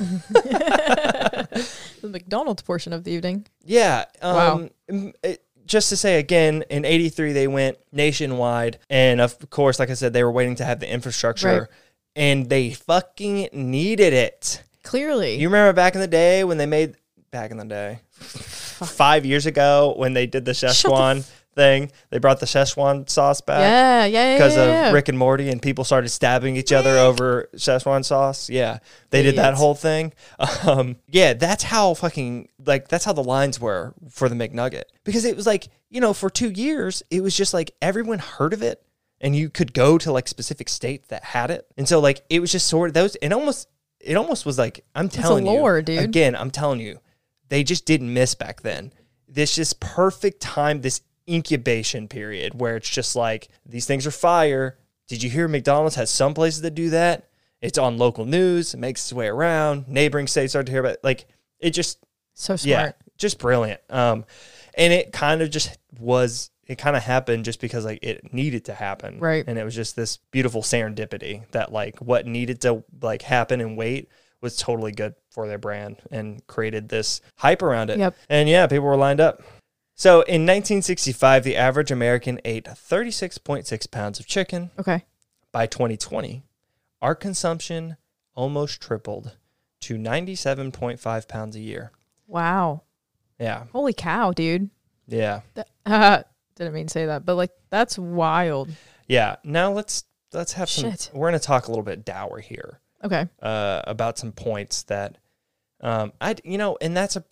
B: The McDonald's portion of the evening.
A: yeah.
B: Wow.
A: Um, m- it- just to say again, in '83 they went nationwide, and of course, like I said, they were waiting to have the infrastructure,
B: Right.
A: and they fucking needed it.
B: Clearly.
A: You remember back in the day when they made back in the day, five years ago when they did the Szechuan thing, they brought the Szechuan sauce back.
B: yeah, yeah, yeah.
A: because
B: yeah, yeah.
A: of Rick and Morty, and people started stabbing each other over Szechuan sauce. Yeah, they did that
B: Idiots.
A: whole thing. Um, yeah, that's how fucking like that's how the lines were for the McNugget because it was like you know for two years it was just like everyone heard of it, and you could go to like specific states that had it, and so like it was just sort of those and almost it almost was like I'm telling
B: lore,
A: you
B: dude.
A: again I'm telling you they just didn't miss back then. This just perfect time, this incubation period where it's just like these things are fire. Did you hear McDonald's has some places that do that? It's on local news, it makes its way around. Neighboring states start to hear about it. like it just
B: So smart.
A: yeah, just brilliant. Um, and it kind of just was. It kind of happened just because like it needed to happen,
B: Right.
A: And it was just this beautiful serendipity that like what needed to like happen and wait was totally good for their brand and created this hype around it.
B: Yep.
A: And yeah, people were lined up. So in 1965, the average American ate 36.6 pounds of chicken.
B: Okay.
A: By 2020, our consumption almost tripled to 97.5 pounds a year.
B: Wow.
A: Yeah.
B: Holy cow, dude.
A: Yeah.
B: That, didn't mean to say that, but like that's wild.
A: Yeah. Now let's let's have some
B: Shit.
A: we're gonna talk a little bit dour here
B: Okay.
A: uh about some points that um I you know, and that's a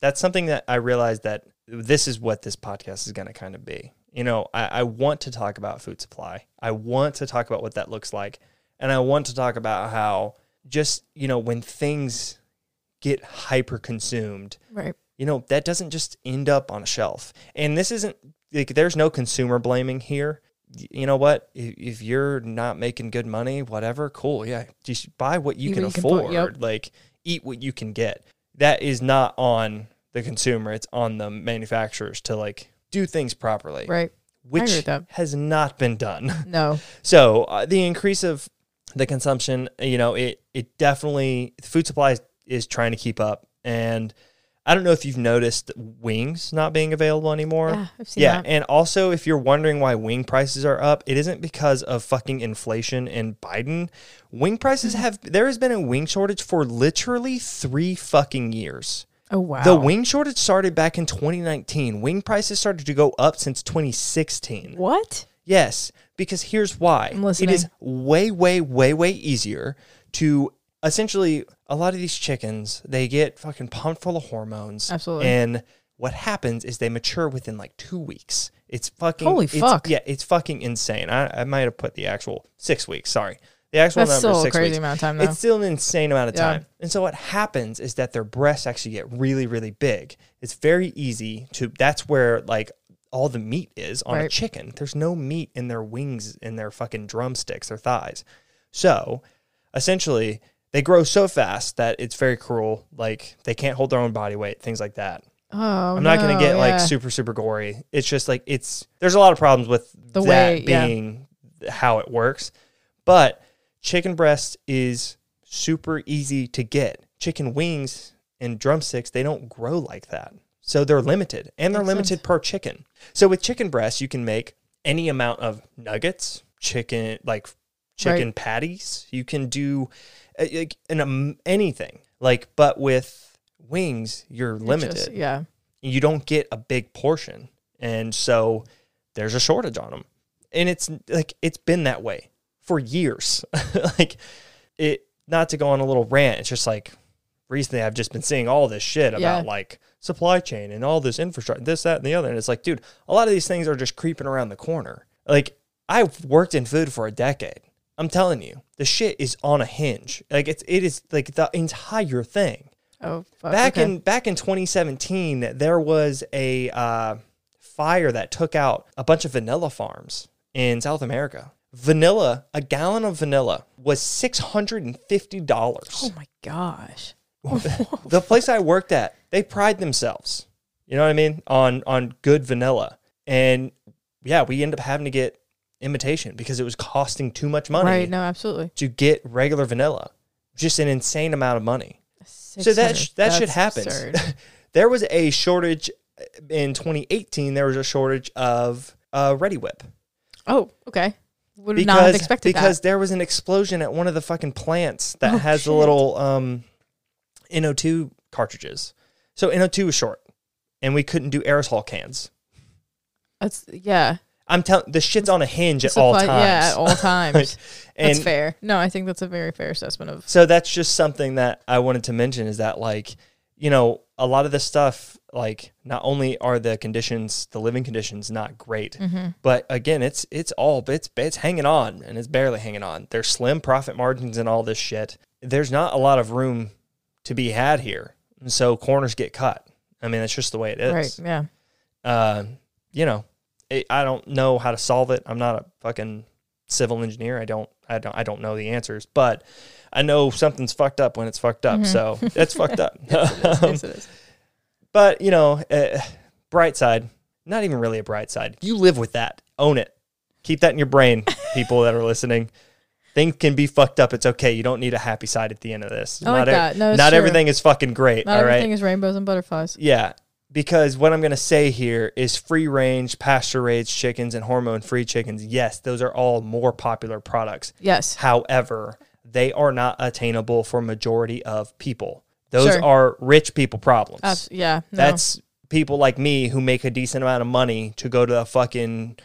A: that's something that I realized that this is what this podcast is gonna kind of be. You know, I, I want to talk about food supply. I want to talk about what that looks like. And I want to talk about how just, you know, when things get hyper consumed
B: Right.
A: you know that doesn't just end up on a shelf and this isn't like there's no consumer blaming here Y- you know what if, if you're not making good money whatever cool yeah just buy what you
B: Eat
A: can
B: what you can afford,
A: afford
B: yep.
A: like eat what you can get that is not on the consumer it's on the manufacturers to like do things properly
B: Right. agree
A: which
B: with that.
A: has not been done
B: No.
A: so uh, the increase of the consumption, you know, it it definitely food supply is, is trying to keep up, and I don't know if you've noticed wings not being available anymore.
B: Yeah, I've seen
A: Yeah,
B: that.
A: and also if you're wondering why wing prices are up, it isn't because of fucking inflation and Biden. Wing prices
B: Mm-hmm.
A: have there has been a wing shortage for literally three fucking years.
B: Oh wow.
A: The wing shortage started back in 2019. Wing prices started to go up since 2016.
B: What?
A: Yes, because here's why. It is
B: listening.
A: way, way, way, way easier to essentially a lot of these chickens, they get fucking pumped full of hormones.
B: Absolutely.
A: And what happens is they mature within like two weeks. It's fucking
B: Holy
A: it's-
B: fuck.
A: Yeah, it's fucking insane. I, I might have put the actual six weeks, sorry. The actual
B: That's
A: number is
B: still a
A: six
B: crazy
A: weeks.
B: amount of time though.
A: It's still an insane amount of
B: Yeah.
A: time. And so what happens is that their breasts actually get really, really big. It's very easy to that's where like all the meat is on a
B: Right.
A: chicken. There's no meat in their wings, in their fucking drumsticks, their thighs. So essentially they grow so fast that it's very cruel. Like they can't hold their own body weight, things like that.
B: oh,
A: I'm not gonna
B: no,
A: get like
B: yeah.
A: super, super gory. It's just like it's there's a lot of problems with
B: The
A: that
B: way- yeah.
A: being how it works. But chicken breast is super easy to get. Chicken wings and drumsticks, they don't grow like that. So they're limited. And they're
B: Makes
A: limited per chicken. So with chicken breast, you can make any amount of nuggets, chicken like chicken patties. You can do uh, like an, um, anything. Like but with wings, you're
B: It
A: limited
B: just- yeah.
A: you don't get a big portion. And so there's a shortage on them. And it's like it's been that way for years. like it not to go on a little rant, it's just like recently I've just been seeing all this shit about
B: Yeah.
A: like supply chain and all this infrastructure, this, that, and the other. And it's like, dude, a lot of these things are just creeping around the corner. Like I've worked in food for a decade. I'm telling you, the shit is on a hinge. Like it's it is like the entire thing
B: Oh fuck.
A: back
B: okay.
A: in back in 2017 there was a uh, fire that took out a bunch of vanilla farms in south america Vanilla, a gallon of vanilla was $650.
B: Oh my gosh.
A: the place I worked at, they pride themselves, you know what I mean, on on good vanilla. And yeah, we end up having to get imitation because it was costing too much money
B: Right. No, absolutely.
A: to get regular vanilla. Just an insane amount of money. So that
B: 600.
A: sh- that shit
B: That's
A: happens.
B: absurd.
A: there was a shortage eh, in 2018. There was a shortage of uh, Ready Whip
B: Oh, okay. Would not have expected
A: because
B: that.
A: there was an explosion at one of the fucking plants that
B: Oh,
A: has the
B: shit.
A: little um, NO2 cartridges. So NO2 was short, and we couldn't do aerosol cans.
B: That's yeah.
A: I'm telling the shit's on a hinge at
B: Supply-
A: all times.
B: Yeah, at all times.
A: and
B: that's fair. No, I think that's a very fair assessment of
A: so that's just something that I wanted to mention is that like, you know, a lot of this stuff, like not only are the conditions, the living conditions not great, but again, it's it's all it's it's hanging on and it's barely hanging on. There's slim profit margins and all this shit. There's not a lot of room to be had here. And so corners get cut. I mean, that's just the way it is
B: right. Yeah.
A: uh, you know, it, I don't know how to solve it. I'm not a fucking civil engineer. I don't, I don't, I don't know the answers, but I know something's fucked up when it's fucked up. So it's fucked up.
B: Mm-hmm.
A: Um,
B: yes, it is.
A: but you know, uh, bright side, not even really a bright side. You live with that. Own it. Keep that in your brain, people that are listening. Things can be fucked up. It's okay. You don't need a happy side at the end of this.
B: I like
A: not ev-
B: that. Oh No, it's
A: not
B: true.
A: everything is fucking great.
B: Not
A: all right.
B: everything is rainbows and butterflies.
A: Yeah, because what I'm going to say here is free range, pasture raised chickens, and hormone free chickens. Yes, those are all more popular products.
B: Yes.
A: However, they are not attainable for majority of people. Those
B: Sure.
A: are rich people problems.
B: Abs- yeah. No.
A: That's people like me who make a decent amount of money to go to a fucking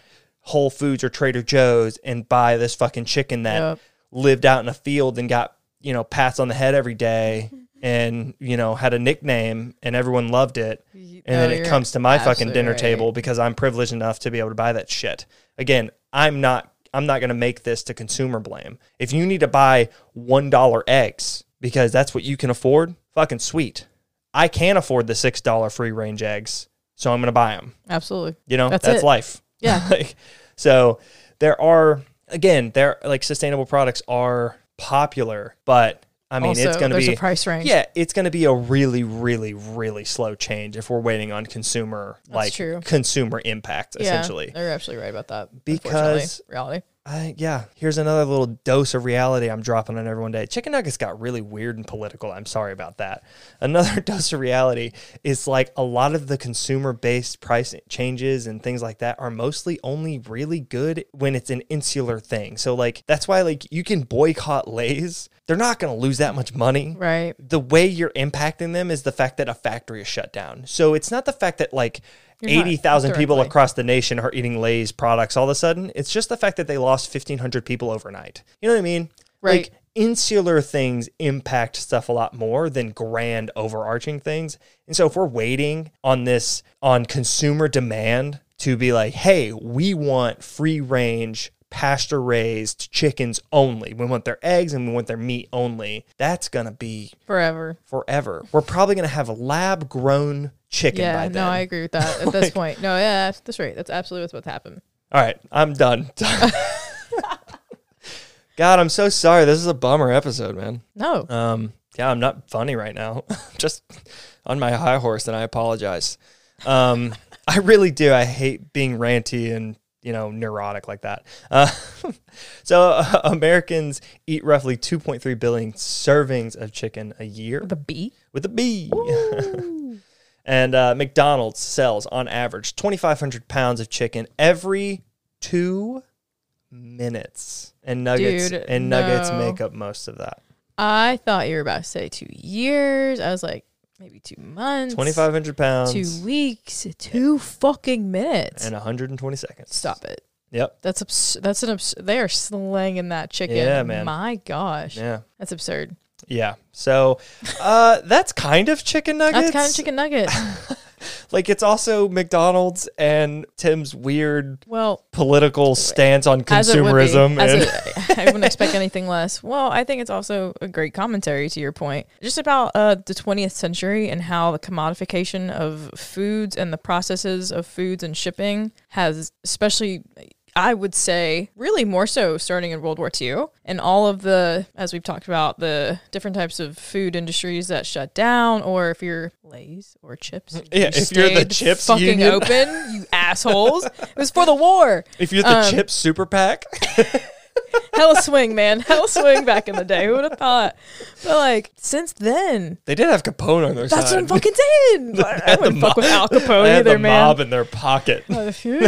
A: Whole Foods or Trader Joe's and buy this fucking chicken that
B: Yep.
A: lived out in a field and got, you know, pats on the head every day and, you know, had a nickname and everyone loved it.
B: Y-
A: And
B: no,
A: then it
B: oh, you're
A: comes to my fucking
B: absolutely
A: dinner
B: right.
A: table because I'm privileged enough to be able to buy that shit. Again, I'm not I'm not going to make this to consumer blame. If you need to buy $1 eggs because that's what you can afford, fucking sweet. I can afford the $6 free range eggs, so I'm going to buy them.
B: absolutely.
A: You know, that's,
B: That's it.
A: life.
B: Yeah.
A: like, so there are again, there like sustainable products are popular, but I mean,
B: also,
A: it's going to
B: there's
A: be
B: a price range.
A: yeah, it's going to be a really, really, really slow change if we're waiting on consumer like
B: true.
A: consumer impact essentially.
B: Yeah, you're absolutely right about that.
A: Because-
B: unfortunately. reality.
A: I, yeah, here's another little dose of reality I'm dropping on everyone today. Chicken nuggets got really weird and political. I'm sorry about that. Another dose of reality is like a lot of the consumer based price changes and things like that are mostly only really good when it's an insular thing. So, like, that's why, like, you can boycott Lay's, they're not going to lose that much money
B: Right.
A: the way you're impacting them is the fact that a factory is shut down. So it's not the fact that like
B: You're not
A: 80,000 people
B: directly.
A: across the nation are eating Lay's products all of a sudden. It's just the fact that they lost 1,500 people overnight. You know what I mean?
B: Right.
A: Like insular things impact stuff a lot more than grand overarching things. And so if we're waiting on this, on consumer demand to be like, hey, we want free range. Pasture raised chickens only. We want their eggs and we want their meat only. That's going to be
B: Forever.
A: forever. We're probably going to have lab grown chicken by
B: Yeah.
A: then.
B: No, I agree with that at this point. No, yeah, that's- that's right. That's absolutely what's about to happen.
A: All right, I'm done. God, I'm so sorry. This is a bummer episode, man.
B: No.
A: Um, yeah, I'm not funny right now. Just on my high horse, and I apologize. Um, I really do. I hate being ranty and you know neurotic like that. Uh, so uh, Americans eat roughly 2.3 billion servings of chicken a year.
B: the bee.
A: with a B. and uh, McDonald's sells, on average, 2,500 pounds of chicken every two minutes. And nuggets
B: Dude,
A: and nuggets
B: no.
A: make up most of that.
B: I thought you were about to say two years. I was like, maybe two months.
A: 2,500 pounds
B: Two weeks. Two fucking minutes.
A: and 120 seconds.
B: Stop it.
A: Yep.
B: That's abs- that's an abs- they are slanging that chicken.
A: Yeah, man.
B: My gosh,
A: Yeah.
B: that's absurd.
A: Yeah. So uh, that's kind of chicken nuggets.
B: That's kind of chicken nugget.
A: Like it's also McDonald's and Tim's weird
B: well,
A: political stance on
B: as it would be,
A: consumerism.
B: as
A: and
B: it- I wouldn't expect anything less. Well, I think it's also a great commentary to your point, just about uh, the 20th century and how the commodification of foods and the processes of foods and shipping has, especially. I would say really more so starting in World War II and all of the, as we've talked about, the different types of food industries that shut down, or if you're Lay's or chips.
A: Yeah,
B: you
A: if you're the
B: stayed
A: chips
B: fucking
A: union.
B: open, you assholes. It was for the war.
A: If you're
B: um,
A: the chip super pack,
B: Hella swing, man. Hella swing back in the day. Who would have thought? But like since then,
A: they did have Capone on their
B: that's what I'm
A: side.
B: fucking saying. I wouldn't fuck with Al Capone
A: they had
B: Oh, either,
A: the
B: man.
A: mob in their pocket.
B: that's how you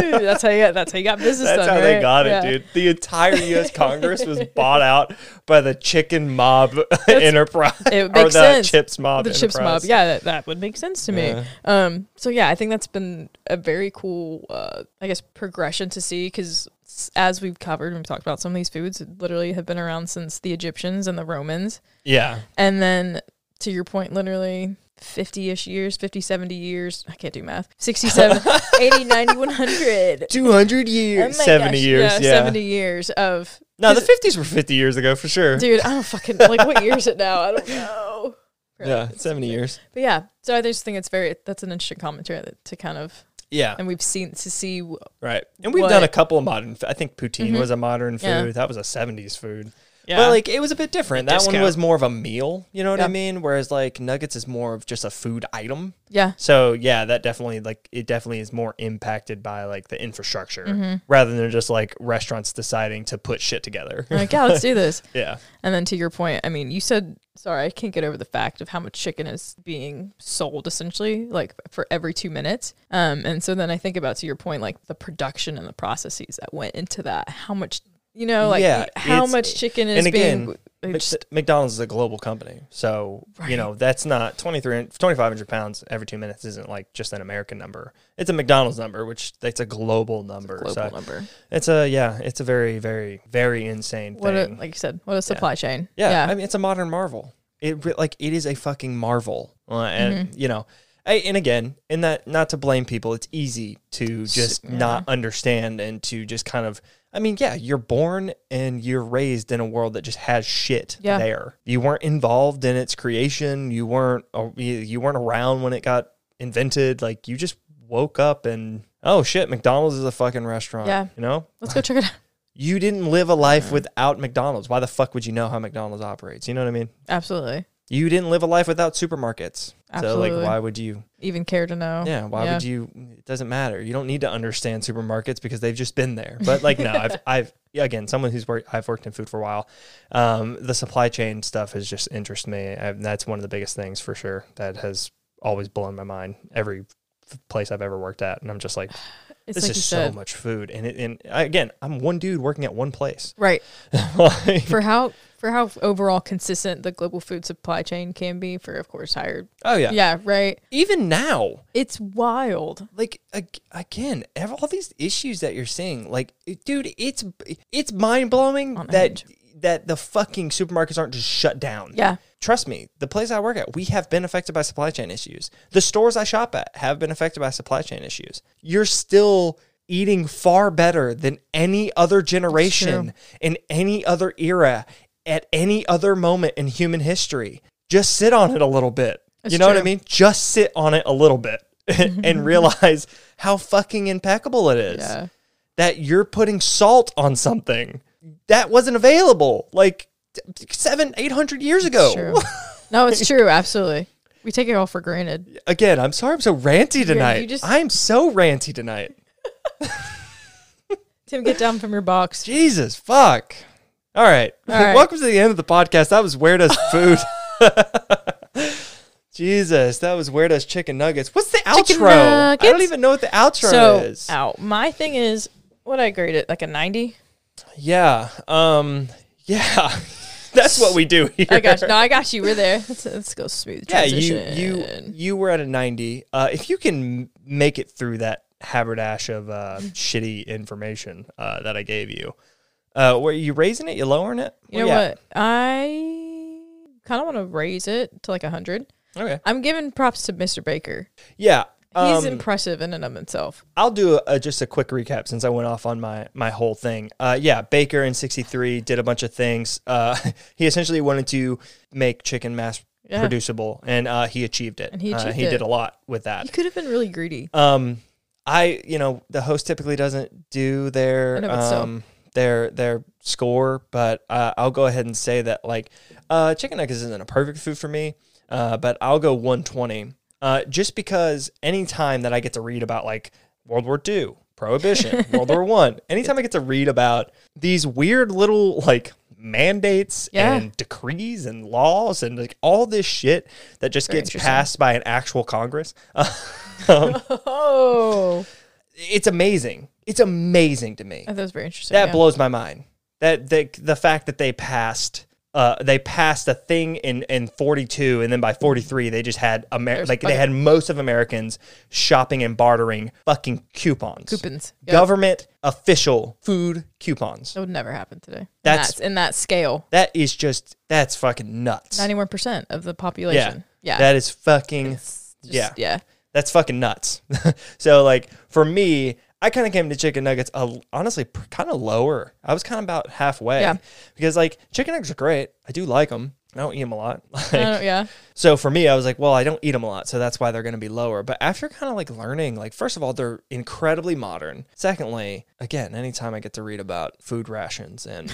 B: got. That's how you got business
A: That's
B: done.
A: how they
B: right?
A: got it,
B: Yeah.
A: dude. The entire U.S. Congress was bought out by the chicken mob enterprise,
B: It
A: or the
B: makes sense.
A: chips mob.
B: The chips mob.
A: enterprise.
B: Yeah, that, that would make sense to me. Um. So yeah, I think that's been a very cool, uh, I guess, progression to see because as we've covered, we've talked about some of these foods literally have been around since the Egyptians and the Romans,
A: yeah.
B: and then to your point, literally. 50-ish years 50 70 years i can't do math 67 80 90 100
A: Two hundred
B: Oh my
A: years, seventy
B: gosh,
A: years. Yeah,
B: 70 years of
A: No, the fifties were fifty years ago for sure.
B: dude i don't fucking like what year is it now i don't know
A: yeah, seventy years.
B: But yeah, so I just think it's very that's an interesting commentary that, to kind of
A: Yeah,
B: and we've seen to see w-
A: right. And we've
B: Um, what- Mm-hmm.
A: done a couple of modern. f- I think poutine was a modern food.
B: Yeah.
A: That was a seventies food.
B: yeah.
A: But like it was a bit different. That one
B: Discount.
A: was more of a meal. You know what I
B: Yeah.
A: mean? Whereas like nuggets is more of just a food item.
B: yeah.
A: So yeah, that definitely like it definitely is more impacted by like the infrastructure
B: Mm-hmm.
A: rather than just like restaurants deciding to put shit together.
B: Like, yeah, let's do this.
A: yeah.
B: And then to your point, I mean, you said sorry, I can't get over the fact of how much chicken is being sold essentially, like for every two minutes. Um, and so then I think about to your point, like the production and the processes that went into that. How much you know, like
A: Yeah,
B: how
A: it's-
B: much chicken is
A: and again,
B: being
A: Mc-
B: it's-
A: McDonald's is a global company. So, you
B: Right.
A: know, that's not 23 2,500 pounds every two minutes isn't like just an American number. It's a McDonald's number, which that's a global number.
B: global
A: so
B: number.
A: it's a, yeah, it's a very, very, very insane
B: What a,
A: thing.
B: like you said, what a supply chain.
A: Yeah, I mean, it's a modern marvel. It re- like it is a fucking marvel, uh, and
B: Mm-hmm.
A: you know, I, and again, in that not to blame people, it's easy to just not understand and to just kind of. I mean, yeah, you're born and you're raised in a world that just has shit
B: Yeah.
A: there. You weren't involved in its creation. You weren't uh, you, you weren't around when it got invented. Like you just woke up and oh shit, McDonald's is a fucking restaurant.
B: Yeah.
A: you know,
B: Let's go check it out.
A: you didn't live a life without McDonald's. Why the fuck would you know how McDonald's operates? You know what I mean?
B: Absolutely.
A: You didn't live a life without supermarkets. So
B: Absolutely. Oh,
A: like why would you?
B: Even care to know.
A: Yeah, why would you it doesn't matter. You don't need to understand supermarkets because they've just been there. But like no, I've I've yeah, again, someone who's worked I've worked in food for a while. Um, the supply chain stuff has just interests me. I, that's one of the biggest things for sure that has always blown my mind every f- place I've ever worked at and I'm just like
B: It's
A: this
B: like you
A: is so
B: said.
A: much food and it, and I, again, I'm one dude working at one place.
B: Right.
A: Like-
B: For how for how overall consistent the global food supply chain can be for of course higher.
A: Oh yeah.
B: Yeah, right.
A: Even now,
B: It's wild.
A: like ag- again, ev- all these issues that you're seeing, like it- dude, it's it's mind blowing
B: On
A: that
B: edge.
A: that the fucking supermarkets aren't just shut down.
B: Yeah.
A: Trust me, the place I work at, we have been affected by supply chain issues. The stores I shop at have been affected by supply chain issues. You're still eating far better than any other generation in any other era at any other moment in human history. Just sit on it a little bit. you
B: It's
A: know what I
B: true.
A: mean? Just sit on it a little bit and realize how fucking impeccable it is
B: Yeah.
A: that you're putting salt on something that wasn't available like seven, eight hundred years ago.
B: True. no, it's true, absolutely. We take it all for granted.
A: Again, I'm sorry I'm so ranty tonight.
B: you just-
A: I'm so ranty tonight.
B: Tim, get down from your box.
A: Jesus fuck. All right.
B: All right.
A: Welcome to the end of the podcast. That was Where Does Food. Jesus, that was Where Does Chicken Nuggets. What's the
B: Chicken
A: outro? I don't
B: nuggets?
A: even know what the outro
B: So uh,
A: is.
B: out. My thing is what I grade it, like a ninety?
A: Yeah. Um yeah. That's what we do here.
B: I got you. No, I got you. We're there. Let's, let's go smooth.
A: yeah,
B: Transition.
A: you you you were at a 90. Uh, if you can make it through that haberdash of uh, shitty information uh, that I gave you, uh, were you raising it? You lowering it?
B: You know
A: Where at?
B: what? I kinda wanna raise it to like a hundred.
A: Okay.
B: I'm giving props to Mr. Baker.
A: Yeah.
B: He's
A: um,
B: impressive in and of himself.
A: I'll do a, just a quick recap since I went off on my my whole thing. Uh, yeah, Baker in '63 did a bunch of things. Uh, he essentially wanted to make chicken mass
B: Yeah.
A: producible, and uh, he achieved it.
B: And he
A: Uh,
B: achieved
A: he
B: it.
A: did a lot with that.
B: He could have been really greedy.
A: Um, I, you know, the host typically doesn't do
B: I
A: their
B: know, but so-
A: um, their their score, but uh, I'll go ahead and say that like uh, chicken nuggets isn't a perfect food for me, uh, but I'll go 120 uh, just because any time that I get to read about like World War II, Prohibition, World War One, anytime I get to read about these weird little like mandates
B: Yeah.
A: and decrees and laws and like all this shit that just
B: Very
A: gets
B: interesting.
A: passed by an actual Congress. um,
B: Oh,
A: it's amazing. It's amazing to me.
B: that was very interesting.
A: That
B: yeah.
A: blows my mind. That the the fact that they passed uh they passed a thing in in 42 and then by 43 they just had Amer-
B: There's
A: like they
B: fucking-
A: had most of Americans shopping and bartering fucking coupons.
B: coupons. Yeah.
A: Government official food coupons.
B: that would never happen today.
A: That's-
B: That's, in that scale.
A: That is just that's fucking nuts.
B: Ninety-one percent of the population. Yeah.
A: That is fucking
B: It's just-
A: yeah.
B: Yeah.
A: that's fucking nuts. so like for me, I kind of came to chicken nuggets uh, honestly kind of lower. I was kind of about halfway
B: Yeah.
A: because like chicken nuggets are great. I do like them. I don't eat them a lot.
B: I don't- yeah.
A: so for me, I was like, well, I don't eat them a lot, so that's why they're going to be lower. But after kind of like learning, like first of all, they're incredibly modern. Secondly, again, anytime I get to read about food rations and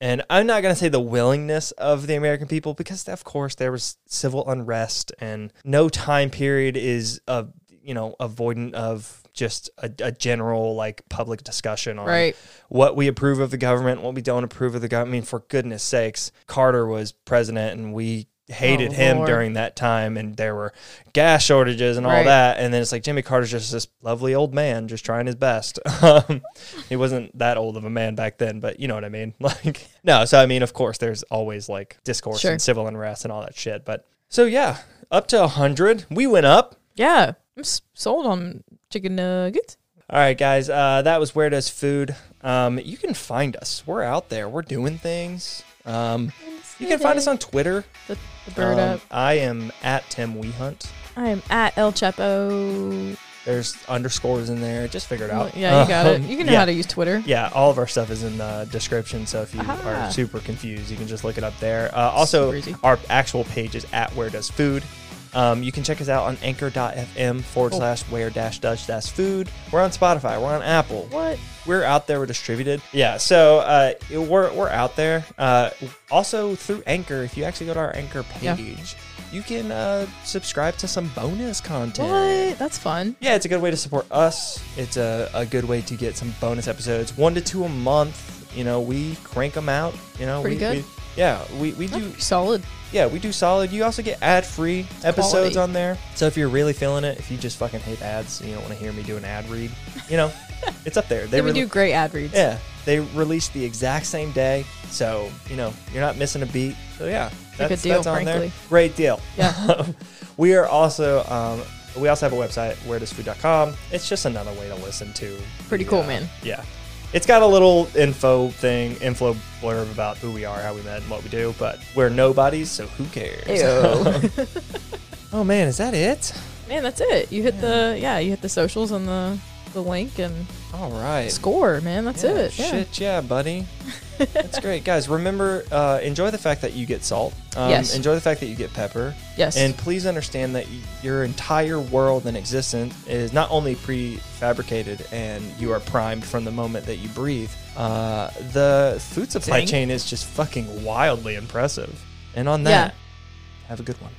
A: and I'm not going to say the willingness of the American people because of course there was civil unrest and no time period is a you know avoidant of just a, a general like public discussion on
B: Right.
A: what we approve of the government, what we don't approve of the government. I mean, for goodness sakes, Carter was president and we hated
B: Oh,
A: him
B: Lord.
A: during that time and there were gas shortages and all
B: Right.
A: that. And then it's like Jimmy Carter's just this lovely old man just trying his best. Um, he wasn't that old of a man back then, but you know what I mean? Like, no. So, I mean, of course, there's always like discourse
B: Sure.
A: and civil unrest and all that shit. But so, yeah, up to 100. We went up.
B: Yeah. I'm s- sold on chicken nuggets.
A: All right, guys, uh, that was Where Does Food. Um, you can find us. We're out there. We're doing things. Um, you can find us on Twitter.
B: the, the bird
A: Um,
B: up.
A: I am at Tim Weehunt.
B: I am at El Chapo.
A: There's underscores in there. Just figure it out.
B: Yeah, you got it.
A: Um,
B: You can know
A: yeah.
B: how to use Twitter.
A: Yeah, all of our stuff is in the description. So if you
B: Ah.
A: are super confused, you can just look it up there. Uh, also,
B: Super easy.
A: our actual page is at Where Does Food. Um, you can check us out on anchor.fm forward
B: Cool.
A: slash where dash does dash food. We're on Spotify. We're on Apple.
B: What?
A: we're out there. We're distributed. Yeah. So uh, we're we're out there. Uh, also through Anchor, if you actually go to our Anchor page,
B: Yeah.
A: you can uh, subscribe to some bonus content.
B: What? That's fun.
A: Yeah, it's a good way to support us. It's a, a good way to get some bonus episodes, one to two a month. You know, we crank them out. You know,
B: Pretty
A: we,
B: good.
A: we- yeah, we, we do.
B: Solid.
A: Yeah, we do solid. You also get ad free episodes
B: quality.
A: on there. So if you're really feeling it, if you just fucking hate ads and you don't want to hear me do an ad read, you know, it's up there. They
B: They we
A: really-
B: do great ad reads.
A: yeah, they released the exact same day, so you know you're not missing a beat. So yeah,
B: a good deal, frankly.
A: Great deal.
B: Yeah.
A: we are also um, we also have a website wheredoesfood.com. It's just another way to listen to.
B: Pretty
A: the,
B: cool,
A: uh,
B: man.
A: Yeah, it's got a little info thing, info blurb about who we are, how we met, and what we do. But we're nobodies, so who cares?
B: Ew.
A: oh man, is that it?
B: Man, that's it. You hit the yeah, you hit the socials and the the link and
A: All right.
B: score, man. That's
A: Yeah,
B: it. Yeah.
A: Shit, yeah, buddy. That's great, guys. Remember, uh, enjoy the fact that you get salt. Um,
B: Yes.
A: Enjoy the fact that you get pepper.
B: Yes.
A: And please understand that y- your entire world and existence is not only prefabricated and you are primed from the moment that you breathe. Uh, the food supply
B: Dang.
A: chain is just fucking wildly impressive. And on
B: Yeah.
A: that, have a good one.